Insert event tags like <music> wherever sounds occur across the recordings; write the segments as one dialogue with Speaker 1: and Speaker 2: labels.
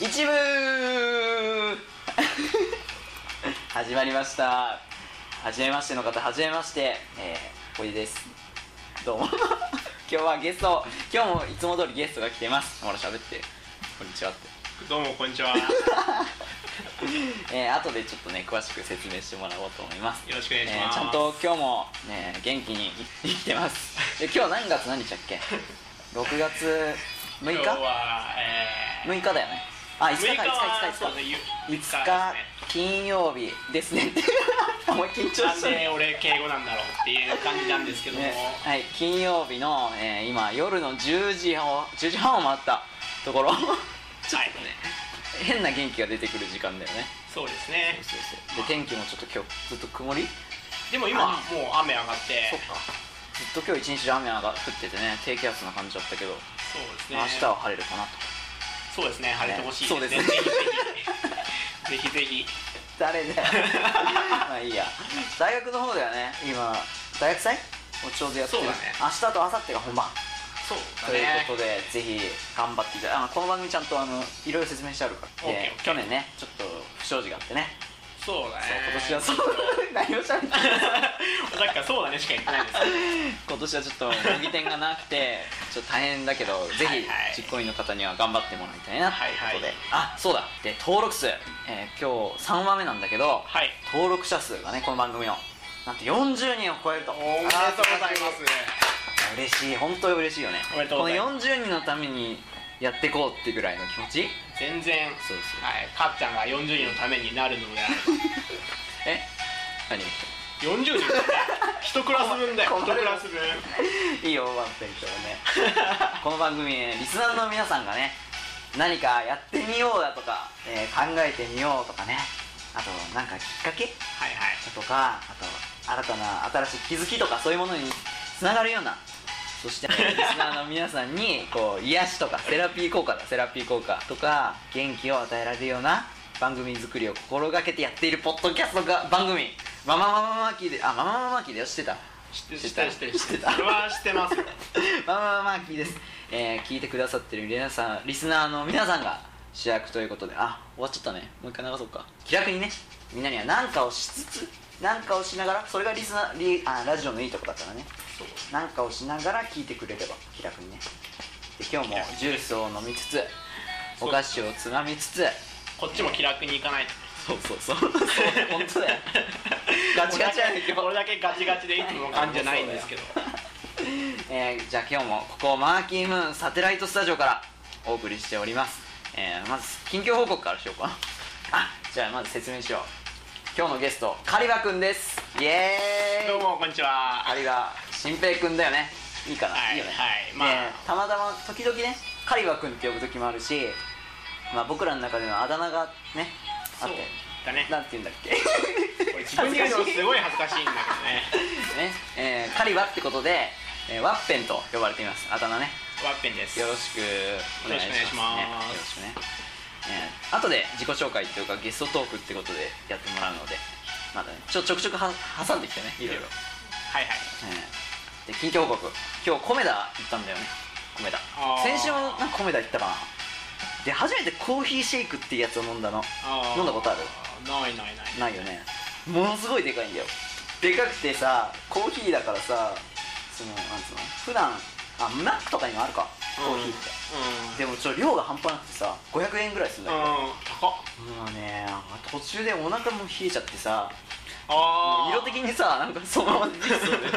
Speaker 1: 一部始まりましたはじめましての方はじめましてえー、おいでですどうも <laughs> 今日はゲスト今日もいつも通りゲストが来てますほら喋ってこんにちはって
Speaker 2: どうもこんにちは。よ
Speaker 1: えー、後でちょっとね詳しく説明してもらおうと思います
Speaker 2: ろしくお願いし
Speaker 1: え
Speaker 2: ま
Speaker 1: ー
Speaker 2: す。
Speaker 1: ちゃんと今日も、ね、元気に生きて
Speaker 2: <laughs>
Speaker 1: ますで今日何月何日だっけ6月6
Speaker 2: 今
Speaker 1: 日
Speaker 2: 日はえー
Speaker 1: 6日だよねあ5日か5日5
Speaker 2: は
Speaker 1: 日5日
Speaker 2: そうですね
Speaker 1: 5
Speaker 2: ゆ
Speaker 1: 日
Speaker 2: 5日で
Speaker 1: 金曜日ですね <laughs> もう緊張
Speaker 2: すね。なん
Speaker 1: してる
Speaker 2: で俺敬語なんだろうっていう感じなんですけども、
Speaker 1: ねはい、金曜日の、えー今夜の10時を10時半を回ったところ <laughs> ちょっとね、変な元気が出てくる時間だよね
Speaker 2: そうです
Speaker 1: そ
Speaker 2: ね
Speaker 1: う。そうそうで天気もちょっと今日ずっと曇り
Speaker 2: でも今もう雨上がって
Speaker 1: そっ、かずっと今日一日雨が降っててね低気圧な感じだったけど、
Speaker 2: そうですね。
Speaker 1: 明日は晴れるかなと
Speaker 2: そうですね晴れてほしいですね。
Speaker 1: ねそう
Speaker 2: ぜひぜひぜひぜひ。
Speaker 1: 誰だよ <laughs> まあいいや大学の方ではね今大学祭をちょうどやってる
Speaker 2: そうだね
Speaker 1: 明日と明後日が本番
Speaker 2: そう
Speaker 1: と
Speaker 2: だ
Speaker 1: いう
Speaker 2: ね
Speaker 1: こ。とで、ぜひ頑張っていただあのこの番組ちゃんとあのいろいろ説明してあるから、
Speaker 2: オッケー
Speaker 1: で
Speaker 2: オッケ
Speaker 1: 去
Speaker 2: ー
Speaker 1: 年ねちょっと不祥事があってね、
Speaker 2: そうだね。 <laughs>
Speaker 1: そう今年はそう <laughs> 何をしゃべってる
Speaker 2: だからそうだねしか言ってないです。
Speaker 1: 今年はちょっと模擬店がなくて <laughs> ちょっと大変だけどぜ
Speaker 2: はいはい
Speaker 1: ひ実行委員の方には頑張ってもらいたいなということで、
Speaker 2: はいはい
Speaker 1: あそうだで登録数、えー今日3話目なんだけど
Speaker 2: はい。
Speaker 1: 登録者数がねこの番組のなんと40人を超えると
Speaker 2: す。
Speaker 1: 嬉しい本当に嬉しいよね
Speaker 2: おめでとうござい
Speaker 1: この40人のためにやっていこうってぐらいの気持ち
Speaker 2: 全然。
Speaker 1: そうそう
Speaker 2: はい、かっちゃんが40人のためになるのであれば
Speaker 1: え何
Speaker 2: 40人
Speaker 1: <laughs>
Speaker 2: だね1クラス分だよ
Speaker 1: 困る
Speaker 2: 1クラ
Speaker 1: <laughs>
Speaker 2: ス分
Speaker 1: いいよワンペンとねこの番組ねリスナーの皆さんがね何かやってみようだとか、えー考えてみようとかねあとなんかきっかけ
Speaker 2: はいはい
Speaker 1: とかあと新たな新しい気づきとかそういうものにつながるようなそして、えーリスナーの皆さんにこう癒しとかセラピー効果だセラピー効果とか元気を与えられるような番組作りを心がけてやっているポッドキャストが番組「マママママキーで」あママママキーで知ってた
Speaker 2: 知ってる
Speaker 1: 知
Speaker 2: 知
Speaker 1: っ
Speaker 2: ってて
Speaker 1: る
Speaker 2: る
Speaker 1: 知
Speaker 2: 知
Speaker 1: っ
Speaker 2: ってて
Speaker 1: る
Speaker 2: るそれは知ってますよ
Speaker 1: <laughs> まあまあまあキーです、えー聞いてくださってる皆さんリスナーの皆さんが主役ということであ終わっちゃったねもう一回流そうか気楽にねみんなには何かをしつつ何かをしながらそれがリスナーリあラジオのいいとこだからね
Speaker 2: そう
Speaker 1: 何かをしながら聞いてくれれば気楽にねで今日もジュースを飲みつつお菓子をつまみつつ
Speaker 2: こっちも気楽に行かないと
Speaker 1: そうそうそう <laughs> そう本当だよガチガチやね今日
Speaker 2: 俺だけガチガチでいつもの感じじゃないんですけど
Speaker 1: <laughs> えーじゃあ今日もここマーキームーンサテライトスタジオからお送りしております、えーまず近況報告からしようかあじゃあまず説明しよう今日のゲストカリバくんですイエーイ
Speaker 2: どうもこんにち
Speaker 1: カ
Speaker 2: は
Speaker 1: リバ新平くんだよねいいかな、、
Speaker 2: はいい
Speaker 1: よね
Speaker 2: はいまあ
Speaker 1: でたまたま時々ねカリバくんって呼ぶ時もあるしまあ僕らの中でのあだ名がねあ
Speaker 2: そ
Speaker 1: っ
Speaker 2: う
Speaker 1: て
Speaker 2: だね
Speaker 1: なんて言うんだっけ
Speaker 2: これ自分で言うのすごい恥ずかしいんだけどね
Speaker 1: ね、えーカリバってことで、えーワッペンと呼ばれていますあだ名ね
Speaker 2: ワッペンです
Speaker 1: よろしくお願いします,、ね、
Speaker 2: よ
Speaker 1: よ
Speaker 2: ろ
Speaker 1: ろしくね、えー、後で自己紹介というかゲストトークってことでやってもらうのでまだねちょちょくちょくは挟んできてねいろいろ、
Speaker 2: はいはい
Speaker 1: えーで近況報告今日コメダ行ったんだよねコメダ
Speaker 2: あー
Speaker 1: 先週もなんかコメダ行ったかなで初めてコーヒーシェイクっていうやつを飲んだの
Speaker 2: あー
Speaker 1: 飲んだことある
Speaker 2: ないないない
Speaker 1: ないよねものすごいでかいんだよでかくてさコーヒーだからさそのなんつうの普段あマックとかにもあるかコーヒーって、
Speaker 2: うん
Speaker 1: でもちょ量が半端なくてさ500円ぐらいするんだ
Speaker 2: う
Speaker 1: よ、
Speaker 2: ん高っ
Speaker 1: もうね途中でお腹も冷えちゃってさ
Speaker 2: あー
Speaker 1: 色的にさなんかそのまま出てきそうだよね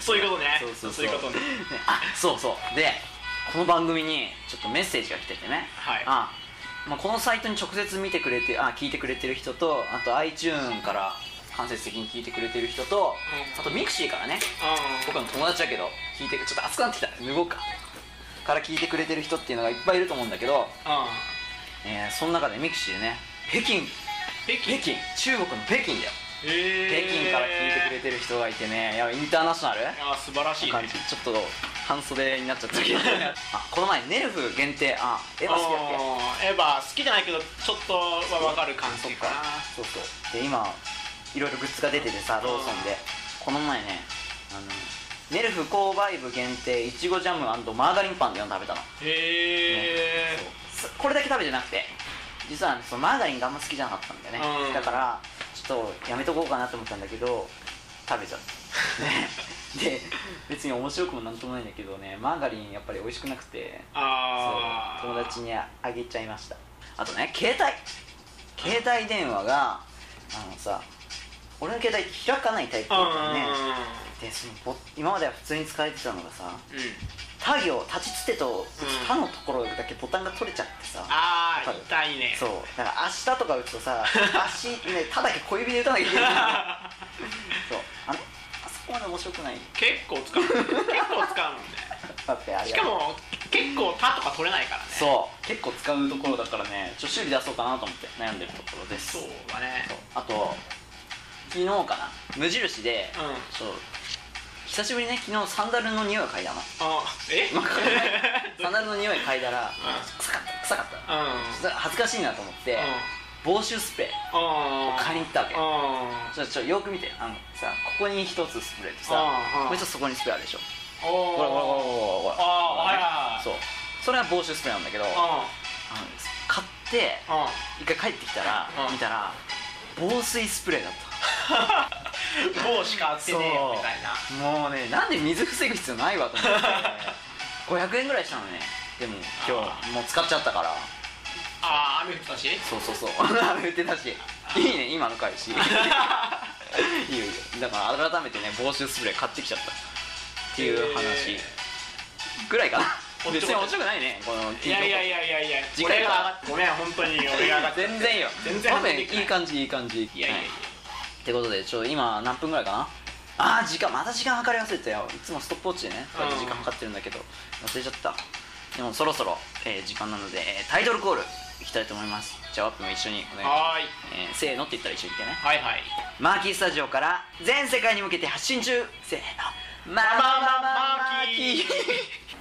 Speaker 2: そういうことね
Speaker 1: そうそうそう
Speaker 2: いうことね
Speaker 1: ねあそうそうでこの番組にちょっとメッセージが来ててね
Speaker 2: はい
Speaker 1: あ、まあ、このサイトに直接見てくれてあ聞いてくれてる人とあと iTune から間接的に聞いてくれてる人と
Speaker 2: うん
Speaker 1: あと Mixi からね
Speaker 2: うん
Speaker 1: 僕の友達だけど聞いてちょっと熱くなってきた脱ごうかから聞いてくれてる人っていうのがいっぱいいると思うんだけど
Speaker 2: うん
Speaker 1: えーその中でミクシーでね北京
Speaker 2: 北
Speaker 1: 北京中国の北京だよ、
Speaker 2: へ
Speaker 1: 北京から聞いてくれ
Speaker 2: て
Speaker 1: てる人がいてねいやインターナショナル
Speaker 2: あー素晴らしいね
Speaker 1: 感じちょっと半袖になっちゃった
Speaker 2: <laughs>
Speaker 1: けどあこの前ネルフ限定あエヴァ好きだっけ
Speaker 2: あーエヴァ好きじゃないけどちょっとは分かる感
Speaker 1: そっ
Speaker 2: じ
Speaker 1: か
Speaker 2: かな
Speaker 1: そうそうで今いろいろグッズが出ててさローソンでこの前ねあのネルフ購買部限定いちごジャムマーガリンパンっていうの食べたの
Speaker 2: へえ
Speaker 1: そうそこれだけ食べてなくて実は、ね、そのマーガリンがあんま好きじゃなかったんだよね、
Speaker 2: うん
Speaker 1: だからちょっとやめとこうかなと思ったんだけど食べちゃ
Speaker 2: <laughs>
Speaker 1: った、ね、で別に面白くもなんともないんだけどねマーガリンやっぱり美味しくなくて
Speaker 2: ああ
Speaker 1: そう友達にあげちゃいましたあとね携帯携帯電話があのさ俺の携帯開かないタイプだったのねでそのボ今までは普通に使えてたのがさ
Speaker 2: うんうん
Speaker 1: 他行立ちつてと
Speaker 2: うん
Speaker 1: 他のところだけボタンが取れちゃってさ、
Speaker 2: ああ痛い
Speaker 1: <laughs>
Speaker 2: ね
Speaker 1: そうだから明日とか打つと
Speaker 2: <laughs>
Speaker 1: さ足ねただけ小指で打たなきゃいけないそうあれあそこまで面白くない
Speaker 2: 結構使う結構使うもんね
Speaker 1: だってあれ
Speaker 2: しかも結構「た」とか取れないからね
Speaker 1: そう結構使うところだからねちょっと修理出そうかなと思って悩んでるところです
Speaker 2: そうだね
Speaker 1: そうあと昨日かな無印で、
Speaker 2: うん
Speaker 1: そう久しぶりにね昨日サンダルの匂いを嗅いだの
Speaker 2: あえ
Speaker 1: わかんないサンダルの匂い嗅いだら臭かった臭かった
Speaker 2: うん
Speaker 1: ちょっと恥ずかしいなと思って、防臭スプレー
Speaker 2: うん
Speaker 1: 買いに行ったわけ
Speaker 2: うん
Speaker 1: ちょちょよく見てあのさここに一つスプレーとさ
Speaker 2: うんうん
Speaker 1: もう一つそこにスプレーあるでしょ
Speaker 2: おー
Speaker 1: ほらほらほらほらほら
Speaker 2: ああはいはい
Speaker 1: そうそれは防臭スプレーなんだけどあの買って
Speaker 2: うんうん
Speaker 1: 一回帰ってきたら
Speaker 2: うん
Speaker 1: 見たら防水スプレーだった
Speaker 2: 棒しか合ってねえよみたいな
Speaker 1: もうねなんで水防ぐ必要ないわと思
Speaker 2: <laughs>
Speaker 1: って500円ぐらいしたのねでも今
Speaker 2: あ
Speaker 1: 日もう使っちゃったから
Speaker 2: ああ雨降ったし
Speaker 1: そうそうそう <laughs> 雨降ってたしいいね今の返し <laughs> いいよいいよだから改めてね防臭スプレー買ってきちゃったっていう話
Speaker 2: え
Speaker 1: ぐらいかな
Speaker 2: おっちょ
Speaker 1: 別
Speaker 2: こちょ
Speaker 1: に面白くないねこの
Speaker 2: ーいやいやいやいやいや
Speaker 1: 次回から
Speaker 2: 俺が上がっごめん本当に俺が上がって
Speaker 1: 全然よ
Speaker 2: 全然
Speaker 1: 多分
Speaker 2: できない
Speaker 1: いい感じいい感じ
Speaker 2: いやいやい
Speaker 1: は
Speaker 2: や
Speaker 1: ってことでちょ今何分ぐらいかなあー時間また時間計り忘れてたよいつもストップウォッチでねこうやって時間計ってるんだけど忘れちゃったでもそろそろ、えー時間なので、えータイトルコールいきたいと思いますじゃあワップも一緒にお願いしま
Speaker 2: はーい
Speaker 1: す、えーせーのって言ったら一緒に言ってね
Speaker 2: はいはい
Speaker 1: マーキースタジオから全世界に向けて発信中せーのマ
Speaker 2: ママママーキー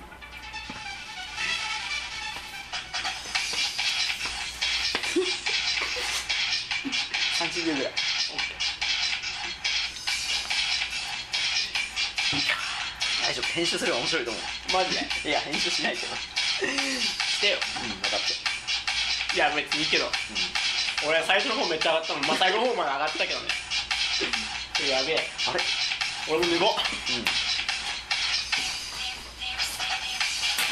Speaker 1: 30秒ぐらい大丈夫編集すれば面白いと思う
Speaker 2: マジで
Speaker 1: いや編集しないけど
Speaker 2: してよ
Speaker 1: うん分かって
Speaker 2: いや別にいいけど、俺は最初の方めっちゃ上がったのまあ最後の方まで上がったけどねやべえ
Speaker 1: あれ
Speaker 2: 俺も脱ごう
Speaker 1: うん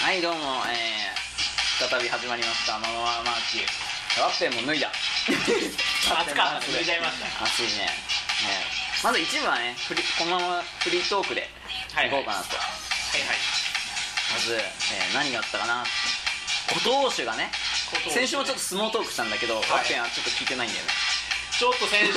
Speaker 1: はいどうもえー、再び始まりました「ママママーキー」ワッペンも脱いだ
Speaker 2: 暑かった脱いじゃいました
Speaker 1: 暑いねねまず一部はねフリこのままフリートークで
Speaker 2: は
Speaker 1: い
Speaker 2: いは
Speaker 1: こ
Speaker 2: いう
Speaker 1: かなと、
Speaker 2: はいはい
Speaker 1: まず、えー何があったかな琴欧州がね
Speaker 2: 琴欧州
Speaker 1: 先週もちょっと相撲トークしたんだけど、ワッペンはちょっと聞いてないんだよね
Speaker 2: ちょっと先週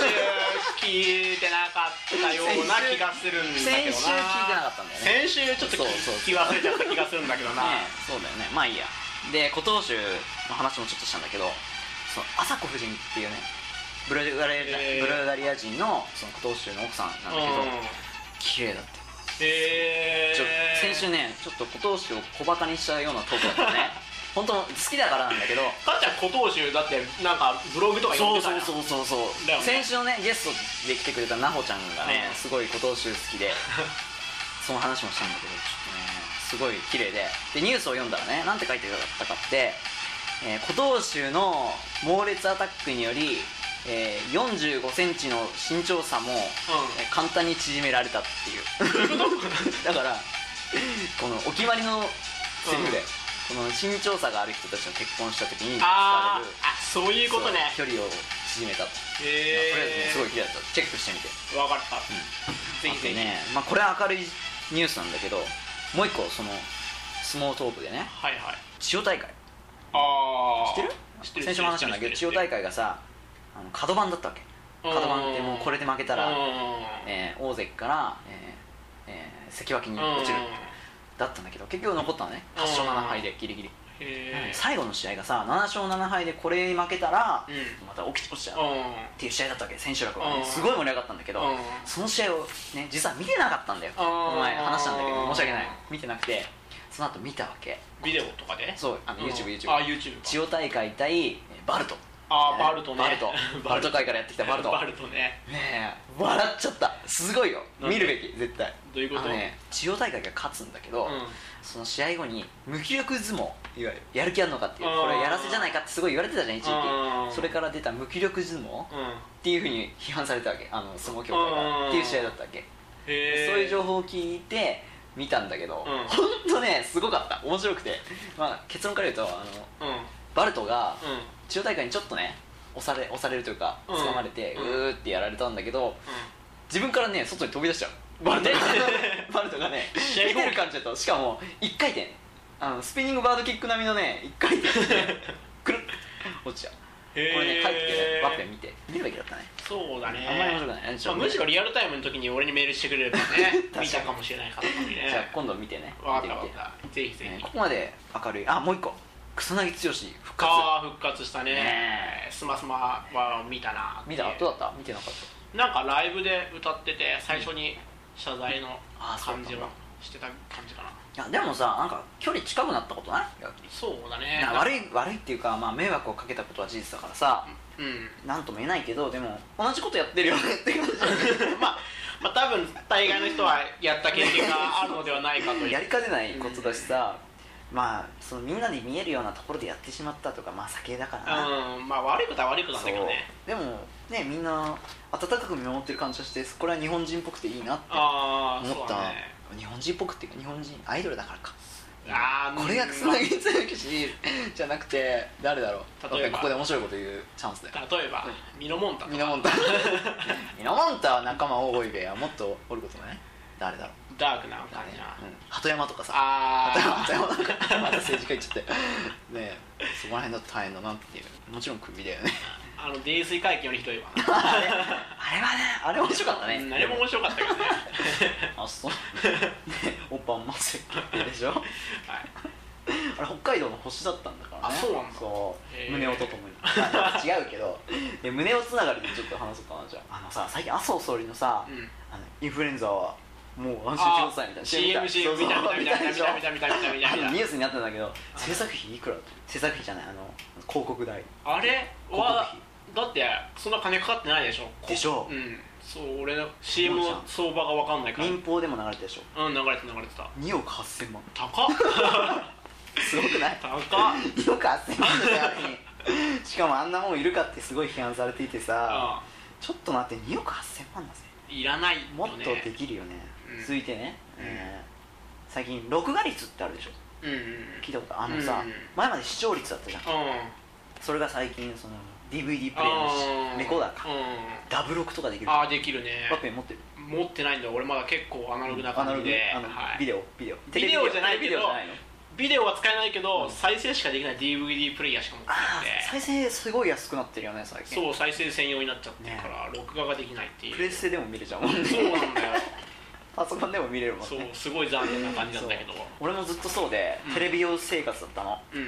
Speaker 2: 聞いてなかったような気がするんだけど
Speaker 1: 先
Speaker 2: な
Speaker 1: 週聞いてなかったんだよね
Speaker 2: 先週ちょっと聞
Speaker 1: そうそう
Speaker 2: き忘れちゃった気がするんだけどな、
Speaker 1: ねそうだよねまあいいやで琴欧州の話もちょっとしたんだけどそのアサコ夫人っていうねブルガリア,、
Speaker 2: へー
Speaker 1: ブルガリア人のその琴欧州の奥さんなんだけど、
Speaker 2: うん
Speaker 1: 綺麗だって
Speaker 2: へえ
Speaker 1: ちょ先週ねちょっと琴欧州を小バカにしたようなトークだった
Speaker 2: <laughs>
Speaker 1: ね本当好きだからなんだけど
Speaker 2: かっちゃん古東州だってなんかブログとか読ん
Speaker 1: そう
Speaker 2: でた
Speaker 1: そう
Speaker 2: よ
Speaker 1: そうそうそう、
Speaker 2: だよね
Speaker 1: 先週のねゲストで来てくれたなほちゃんがね、
Speaker 2: うん
Speaker 1: すごい琴欧州好き
Speaker 2: <laughs>
Speaker 1: でその話もしたんだけどちょっとねすごい綺麗ででニュースを読んだらねなんて書いてあったかって、えー、古東州の猛烈アタックにより、え4 5センチの身長差も、えー簡単に縮められたっていう <laughs> だからこのお決まりのセリフで、この身長差がある人たちの結婚した時に使わ
Speaker 2: あ
Speaker 1: れ
Speaker 2: ー
Speaker 1: る
Speaker 2: あそういうことね
Speaker 1: そう距離を縮めたと、
Speaker 2: へえ
Speaker 1: とりあえずねすごい綺麗だったチェックしてみて
Speaker 2: 分かった、ぜひぜ
Speaker 1: あ
Speaker 2: ひ、
Speaker 1: とね、まあ、これは明るいニュースなんだけどもう一個その相撲トークでね
Speaker 2: はいはい
Speaker 1: 千代大会
Speaker 2: ああ
Speaker 1: 知ってる
Speaker 2: 知ってる
Speaker 1: 先週も話したんだけど千代大会がさあの角番だったわけ角番ってもうこれで負けた
Speaker 2: うん
Speaker 1: ら、えー大関から、えーえー関脇に落ちる
Speaker 2: うん
Speaker 1: だったんだけど結局残ったのね8勝7敗でギリギリ
Speaker 2: へえ
Speaker 1: 最後の試合がさ7勝7敗でこれに負けたら、
Speaker 2: うん
Speaker 1: また起き落ちちゃう
Speaker 2: うん
Speaker 1: っていう試合だったわけ千秋楽は
Speaker 2: う
Speaker 1: ね
Speaker 2: ん
Speaker 1: すごい盛り上がったんだけど
Speaker 2: うん
Speaker 1: その試合をね実は見てなかったんだよ
Speaker 2: うん
Speaker 1: この前話したんだけど申し訳ない
Speaker 2: うん
Speaker 1: 見てなくてその後見たわけ
Speaker 2: ビデオとかで
Speaker 1: そうあの
Speaker 2: うん
Speaker 1: YouTube YouTube
Speaker 2: あ YouTube か
Speaker 1: 千代大会対えーバルト
Speaker 2: あ <laughs> ーバルトね
Speaker 1: バルトバルト界からやってきたバルト
Speaker 2: バルトね
Speaker 1: ねえ笑っちゃったすごいよ
Speaker 2: なんで
Speaker 1: 見るべき絶対
Speaker 2: どういうこと
Speaker 1: あのね地方大会が勝つんだけど、
Speaker 2: うん
Speaker 1: その試合後に無気力相撲いわゆるやる気あんのかっていう
Speaker 2: あー
Speaker 1: これはやらせじゃないかってすごい言われてたじゃん一時
Speaker 2: あー
Speaker 1: 期それから出た無気力相撲っ
Speaker 2: うん
Speaker 1: ていうふうに批判されたわけあの相撲協会
Speaker 2: あー
Speaker 1: がっていう試合だったわけ
Speaker 2: へえ
Speaker 1: そういう情報を聞いて見たんだけど、
Speaker 2: うん
Speaker 1: ほんとねすごかった面白くて、まあ、結論から言うとあの
Speaker 2: うんうん
Speaker 1: バルトが千代大会にちょっとね押され押されるというか
Speaker 2: うん
Speaker 1: 掴まれて、う
Speaker 2: うん
Speaker 1: ーってやられたんだけど自分からね外に飛び出しちゃうバルトが <laughs> バルトがね
Speaker 2: 試合後
Speaker 1: 見てる感じだとしかも1回転あのスピニングバードキック並みのね1回
Speaker 2: <laughs>
Speaker 1: 転でねくるっ落ちちゃう
Speaker 2: へえ
Speaker 1: これね帰ってねワッペン見て見るべきだったね
Speaker 2: そうだね
Speaker 1: あんまり面白くないねちょっと
Speaker 2: まあむしろリアルタイムの時に俺にメールしてくれればね
Speaker 1: <laughs> 確かに
Speaker 2: 見たかもしれないからね
Speaker 1: じゃあ今度見てね
Speaker 2: わ
Speaker 1: 見
Speaker 2: か
Speaker 1: て
Speaker 2: ったわ
Speaker 1: みて
Speaker 2: かったぜひぜ
Speaker 1: ね
Speaker 2: ひ
Speaker 1: ここまで明るいあもう一個草薙剛復活
Speaker 2: ああ復活した
Speaker 1: ね
Speaker 2: ねスマスマは見たなって
Speaker 1: 見
Speaker 2: いう
Speaker 1: たどうだった見てなかった
Speaker 2: なんかライブで歌ってて最初に謝罪の
Speaker 1: あーそうだ
Speaker 2: 感じをしてた感じかない
Speaker 1: やでもさなんか距離近くなったことない逆に
Speaker 2: そうだね
Speaker 1: いや悪い悪いっていうか、まあ、迷惑をかけたことは事実だからさ、
Speaker 2: うん
Speaker 1: なんとも言えないけどでも同じことやってるよねって感
Speaker 2: <laughs> まあまあ多分大概の人はやった経験があるのではないかとい <laughs>
Speaker 1: じや
Speaker 2: う
Speaker 1: りかねないことだしさ、まあそのみんなで見えるようなところでやってしまったとかまあ酒だからな、
Speaker 2: うんまあ悪いことは悪いことなん
Speaker 1: そう
Speaker 2: だけどね
Speaker 1: でもねみんな温かく見守ってる感じがしてこれは日本人っぽくていいなって
Speaker 2: ああ
Speaker 1: 思
Speaker 2: そ
Speaker 1: っ
Speaker 2: う
Speaker 1: た、
Speaker 2: だね
Speaker 1: 日本人っぽくっていうか日本人アイドルだからか
Speaker 2: あー
Speaker 1: これが草薙剛じゃなくて誰だろう
Speaker 2: 例えば
Speaker 1: ここで面白いこと言うチャンスだよ
Speaker 2: 例えばミノモンタと
Speaker 1: ミ
Speaker 2: か
Speaker 1: ノモンタ <laughs> ミノモンタは仲間多いべやもっとおることない誰だろう
Speaker 2: ダークな感
Speaker 1: 誰
Speaker 2: じ
Speaker 1: や
Speaker 2: な
Speaker 1: うん鳩山とかさ
Speaker 2: あ
Speaker 1: 鳩山
Speaker 2: あ
Speaker 1: 鳩山とかまた政治家行っちゃってねえそこら辺だと大変だなっていうもちろんクビだよね <laughs>
Speaker 2: あの泥酔会見よりひどいわな
Speaker 1: あれあれはねあれ面白かったね
Speaker 2: うんあれも面白かったけどね
Speaker 1: あそうねおっぱんませでしょ
Speaker 2: はい
Speaker 1: あれ北海道の星だったんだからね
Speaker 2: あそうなんだ
Speaker 1: そう
Speaker 2: へー
Speaker 1: 胸音ともにあ違うけ
Speaker 2: <laughs>
Speaker 1: どで胸音つながりでちょっと話そうかなじゃああのさ最近麻生総理のさ、
Speaker 2: うん
Speaker 1: あのインフルエンザはもう安心してくださいみたいな
Speaker 2: CM
Speaker 1: そう
Speaker 2: CM
Speaker 1: そう
Speaker 2: 見た見た見た見
Speaker 1: でしょ
Speaker 2: た見た見た見た見た
Speaker 1: あ
Speaker 2: 見た
Speaker 1: のニ
Speaker 2: 見
Speaker 1: ュースになったんだけど制作費いくら制作費じゃないあの広告代
Speaker 2: たあれ
Speaker 1: 告費
Speaker 2: はだってそんな金かかってないでしょこ
Speaker 1: でしょ
Speaker 2: うんそう俺の CM の相場が分かんないから
Speaker 1: 民放でも流れたでしょ
Speaker 2: うん流れてた流れてた
Speaker 1: 2億8000万
Speaker 2: 高っ
Speaker 1: すごくない
Speaker 2: <laughs> 高っ
Speaker 1: 2億8000万だよあれにしかもあんなもんいるかってすごい批判されていてさ
Speaker 2: あ
Speaker 1: ちょっと待って2億8000万だぜ
Speaker 2: いらないよね
Speaker 1: もっとできるよね、
Speaker 2: うん
Speaker 1: 続いてね、
Speaker 2: うん
Speaker 1: えー最近録画率ってあるでしょ
Speaker 2: うんうん
Speaker 1: 聞いたことあのさ、
Speaker 2: うん
Speaker 1: 前まで視聴率だったじゃん
Speaker 2: うん
Speaker 1: それが最近その DVD プレイヤーのしレコーダーか
Speaker 2: うん
Speaker 1: ダブ録とかできる
Speaker 2: あ
Speaker 1: ワ
Speaker 2: あできるね
Speaker 1: ッペン持ってる
Speaker 2: 持ってないんだ俺まだ結構アナログな
Speaker 1: アナ
Speaker 2: 感
Speaker 1: ロ
Speaker 2: じ
Speaker 1: グ
Speaker 2: で
Speaker 1: あの、
Speaker 2: はい
Speaker 1: ビデオビデオ
Speaker 2: ビデオじゃない
Speaker 1: テレビ
Speaker 2: けど
Speaker 1: ビデオじゃないの
Speaker 2: ビデオは使えないけど、
Speaker 1: うん
Speaker 2: 再生しかできない DVD プレイヤーしか持ってな
Speaker 1: ああ
Speaker 2: く
Speaker 1: 再生すごい安くなってるよね最
Speaker 2: て
Speaker 1: 近
Speaker 2: そう再生専用になっちゃってるから、録画ができないっていう
Speaker 1: プレステでも見れちゃうもんね
Speaker 2: そうなんだよ
Speaker 1: <laughs> パソコンでも見れるもんね <laughs>
Speaker 2: そうすごい残念な感じなんだけど
Speaker 1: そう俺もずっとそうで
Speaker 2: うん
Speaker 1: テレビ用生活だったの、
Speaker 2: うんう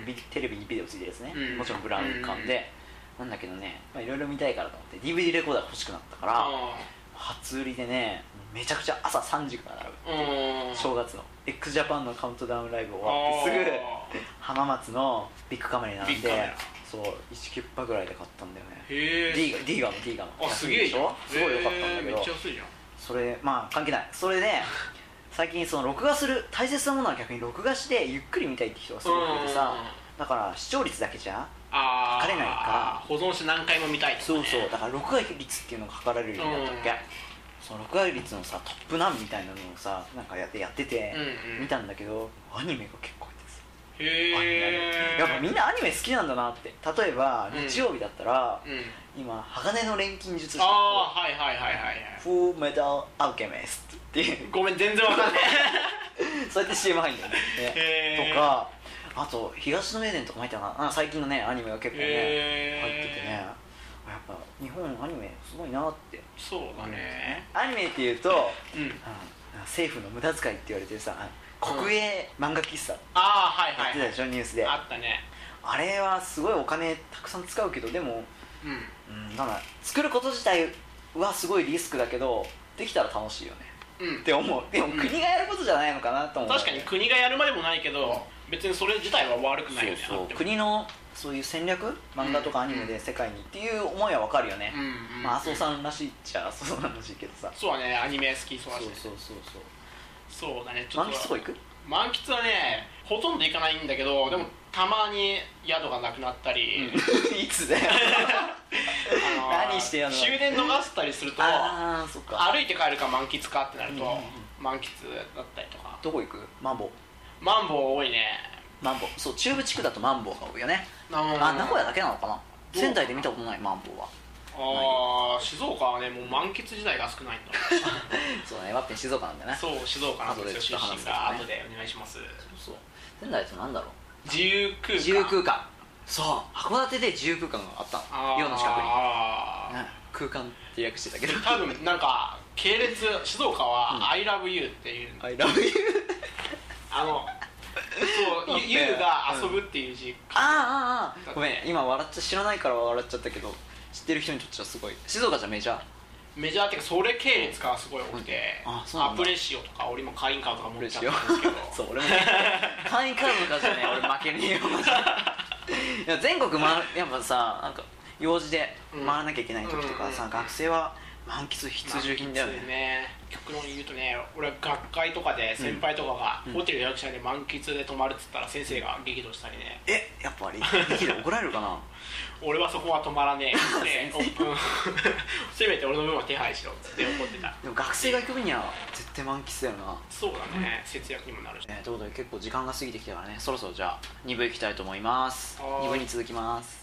Speaker 2: ん
Speaker 1: ビテレビにビデオついてるやつね、
Speaker 2: うん
Speaker 1: もちろんブラウン管で、なんだけどねまあいろいろ見たいからと思って DVD レコーダーが欲しくなったから、
Speaker 2: あ
Speaker 1: 初売りでねめちゃくちゃ朝3時から並ぶ
Speaker 2: あうん
Speaker 1: 正月の x ジャパンのカウントダウンライブ終わってすぐ浜松のビッグカメラに並んで
Speaker 2: ビッグカメラ
Speaker 1: そう1キュッパぐらいで買ったんだよね
Speaker 2: へえ
Speaker 1: D が D ガの D ガの
Speaker 2: あすげえ
Speaker 1: で
Speaker 2: じ
Speaker 1: し
Speaker 2: ゃん
Speaker 1: ょすごい良かったんだ
Speaker 2: へ
Speaker 1: け
Speaker 2: え
Speaker 1: ど
Speaker 2: めっちゃ安いじゃん
Speaker 1: それまあ関係ないそれで最近その録画する大切なものは逆に録画してゆっくり見たいって人がすごく増えてさ
Speaker 2: うん
Speaker 1: だから視聴率だけじゃ
Speaker 2: ああ
Speaker 1: 測れないから
Speaker 2: 保存して何回も見たいとか
Speaker 1: そ
Speaker 2: ね、
Speaker 1: うそうだから録画率っていうのが測られるようになったっけ、
Speaker 2: うん
Speaker 1: その録画率のさトップなんみたいなのをさなんかやってやってて
Speaker 2: うんうん
Speaker 1: 見たんだけど、アニメが結構いてさアニ
Speaker 2: へ
Speaker 1: メ
Speaker 2: え
Speaker 1: やっぱみんなアニメ好きなんだなって例えば
Speaker 2: うん
Speaker 1: 日曜日だったら、
Speaker 2: うん
Speaker 1: 今鋼の錬金術師
Speaker 2: ああはいはいはいはいはい
Speaker 1: フォーメタルアルケメストっていう
Speaker 2: ごめん全然わかんない
Speaker 1: <laughs> そうやって CM 入んだよね
Speaker 2: へー
Speaker 1: とかあと東のエデンとかも入ったかなあ最近のねアニメが結構ね入
Speaker 2: へえ
Speaker 1: っててねやっぱ日本アニメすごいなって
Speaker 2: そうだね
Speaker 1: アニメっていうと、
Speaker 2: うん
Speaker 1: あの政府の無駄遣いって言われてるさあの国営漫画喫茶
Speaker 2: ああはい
Speaker 1: やっ
Speaker 2: は
Speaker 1: て
Speaker 2: いは
Speaker 1: た
Speaker 2: い
Speaker 1: でしょニュースで
Speaker 2: あったね
Speaker 1: あれはすごいお金たくさん使うけどでも、
Speaker 2: うん
Speaker 1: うん、なんだ作ること自体はすごいリスクだけどできたら楽しいよね
Speaker 2: うん
Speaker 1: って思うでも
Speaker 2: うん
Speaker 1: 国がやることじゃないのかなと思う、
Speaker 2: 確かに国がやるまでもないけど、別にそれ自体は悪くないよね
Speaker 1: そう
Speaker 2: あ
Speaker 1: そ
Speaker 2: っ
Speaker 1: う
Speaker 2: ても
Speaker 1: 国のそういう戦略漫画とかアニメで世界にっていう思いはわかるよね
Speaker 2: う、んうん
Speaker 1: まあ麻生さんらしいっちゃ麻生さんらしいけどさ
Speaker 2: そうだねアニメ好きそ
Speaker 1: そう
Speaker 2: うだし
Speaker 1: そうそうそう
Speaker 2: そうだね
Speaker 1: 満喫とか行く
Speaker 2: 満喫はねほとんど行かないんだけどでもたまに宿がなくなったり、
Speaker 1: <laughs> いつ
Speaker 2: <laughs>
Speaker 1: だよ
Speaker 2: あの
Speaker 1: 何してやんの
Speaker 2: 終電逃したりすると
Speaker 1: ああそっか
Speaker 2: 歩いて帰るか満喫かってなると、
Speaker 1: うんうんうん
Speaker 2: 満喫だったりとか
Speaker 1: どこ行くマンボウ
Speaker 2: マンボウ多いね
Speaker 1: マンボウそう中部地区だとマンボウが多いよね
Speaker 2: あ
Speaker 1: あ名古屋だけなのかな
Speaker 2: どう
Speaker 1: 仙台で見たことないマンボウは
Speaker 2: あー静岡はねもう満喫時代が少ないんだ
Speaker 1: <laughs> そうだねワッペン静岡なんだよねそう
Speaker 2: そう静岡なんですよ
Speaker 1: 後でち
Speaker 2: 出
Speaker 1: ょっと話
Speaker 2: 身
Speaker 1: すけど
Speaker 2: が
Speaker 1: ね
Speaker 2: 後でお願いします
Speaker 1: そう仙台だとなんだろう
Speaker 2: 自由空間
Speaker 1: 自由空間そう函館で自由空間があった
Speaker 2: あ
Speaker 1: の寮の近くに
Speaker 2: に
Speaker 1: ね空間って訳してたけど
Speaker 2: 多分なんか系列静岡は「
Speaker 1: うん
Speaker 2: ILOVEYOU」っていう
Speaker 1: I love you
Speaker 2: あのそう「
Speaker 1: なんだよ
Speaker 2: YOU」が遊ぶっていう字
Speaker 1: あーあーあーごめん今笑っちゃ知らないから笑っちゃったけど知ってる人にとってはすごい静岡じゃメジャー
Speaker 2: メジャーっていうかそれ系列がすごい多くて、
Speaker 1: うんあそうなんだ
Speaker 2: アプレシオとか俺も会員カードとか持っ
Speaker 1: 嬉し
Speaker 2: ちゃ
Speaker 1: いよ
Speaker 2: ったんですけ
Speaker 1: <laughs>
Speaker 2: ど
Speaker 1: そう俺もね会員カードとかじゃね俺負けねえよマジでいや全国回るやっぱさなんか用事で回らなきゃいけない時とかさ、
Speaker 2: うん
Speaker 1: 学生は満喫必需品だよね
Speaker 2: 満喫極論言うとね俺は学会とかで先輩とかが、
Speaker 1: うん
Speaker 2: ホテル予約しないで満喫で泊まるっつったら先生が激怒したりね
Speaker 1: えやっぱりできる怒られるかな
Speaker 2: 俺はそこは泊まら
Speaker 1: <laughs>
Speaker 2: ねえってオープン <laughs> せめて俺の分は手配しろっつって怒ってた
Speaker 1: でも学生が行く分には絶対満喫だよな
Speaker 2: そうだね、節約にもなるし
Speaker 1: えー、ということで結構時間が過ぎてきたからねそろそろじゃあ2部行きたいと思います
Speaker 2: はーい
Speaker 1: 2部に続きます